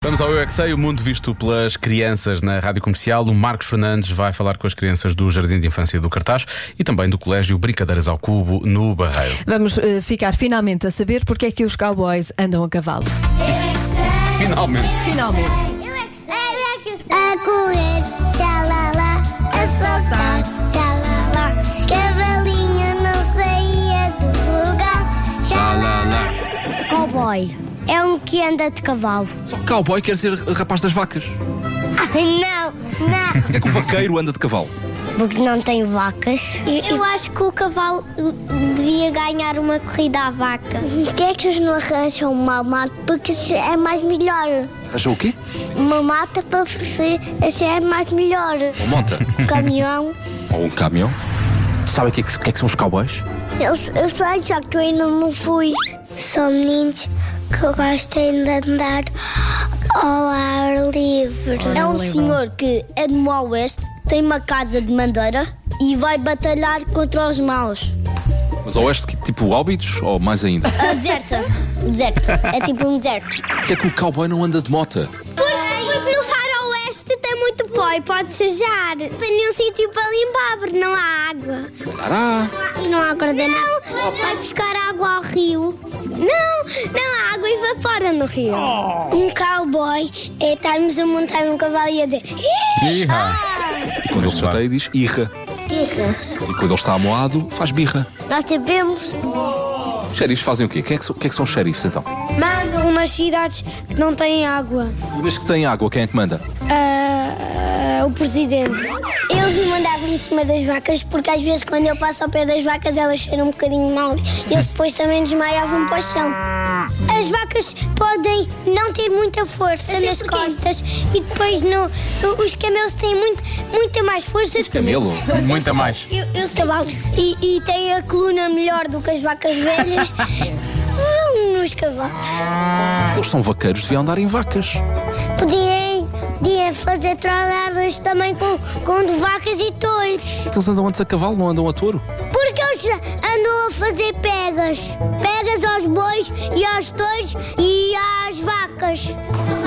Vamos ao Eu é Que Sei, o mundo visto pelas crianças na rádio comercial. O Marcos Fernandes vai falar com as crianças do Jardim de Infância do Cartaz e também do Colégio Brincadeiras ao Cubo no Barreiro. Vamos eh, ficar finalmente a saber porque é que os cowboys andam a cavalo. Finalmente. Finalmente. Eu é que sei, eu é que sei. A correr, xalala, a saltar, xalala. Cavalinho não saía do lugar, xalala. Cowboy é um que anda de cavalo. Só que cowboy quer dizer rapaz das vacas. Ai, não, não. É que o vaqueiro anda de cavalo. Porque não tem vacas. Eu, acho que o cavalo eh, devia ganhar uma corrida à vaca. Os gatos é não arranjam uma mata porque é mais melhor. Achou o quê? Uma mata para você é mais melhor. Um Uma monta. Caminhão. Ou um caminhão. Sabe o que é que, o que é que são os cowboys? Eu, eu sei, só que eu ainda não fui. São meninos que gostam de andar ao ar livre. Ao ar É um livre. senhor que é do mau oeste, tem uma casa de madeira e vai batalhar contra os maus. Mas ao oeste, que- tipo óbidos ou mais ainda? A Ah, deserta. deserto. É tipo um deserto. Porquê é que o cowboy não anda de mota? Porque no faroeste tem muito pó e pode sujar. Tem nenhum sítio para limpar porque não há água. Pará! E não há coordenado. Vai buscar água ao rio. Não, não, a água evapora no rio. Um cowboy é estarmos a montar um cavalo e a dizer. E quando ele se chateia, diz irra. E quando ele está amoado, faz birra. Nós sabemos. Os xerifes fazem o quê? Quem é que, so- quem é que são os xerifes então? Manda umas cidades que não têm água. E das que têm água, quem é que manda? Ah, o presidente. Eles me mandavam em cima das vacas porque às vezes quando eu passo ao pé das vacas elas cheiram um bocadinho mal e eles depois também desmaiavam para o chão. As vacas podem não ter muita força nas costas e depois no, no- os camelos têm muito, muita mais força. Os Camelo. Muita mais. Eu, eu sei lá. E, e têm a coluna melhor do que as vacas velhas. Vão nos cavalos. Se eles são vaqueiros, deviam andar em vacas. Podiam, podiam fazer trolladas também com, com de vacas e touros. Porque É eles andam antes a cavalo, não andam a touro. Porque eles andam a fazer pegas. Pegas aos bois e aos touros e às vacas.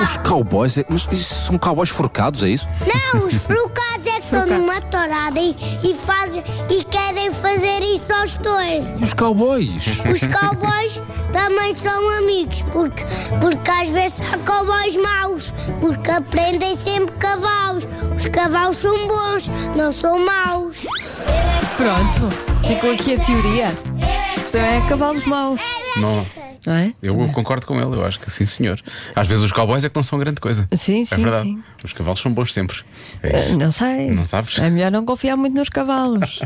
Os cowboys, é- mas isso são cowboys forcados, é isso? Não, os frucados é que estão numa torada e, e, fazem, e querem fazer isso aos touros. E os cowboys? Os cowboys também são amigos, porque, porque às vezes há cowboys maus, porque aprendem sempre cavalos. Os cavalos são bons, não são maus. Pronto, ficou aqui a teoria. Então é cavalos maus, Não, não é? eu concordo com ele, eu acho que sim, senhor. Às vezes os cowboys é que não são grande coisa. Sim, sim, É verdade. sim. Eh, Os cavalos são bons sempre. É isso. Não sei. Não sabes? É melhor não confiar muito nos cavalos.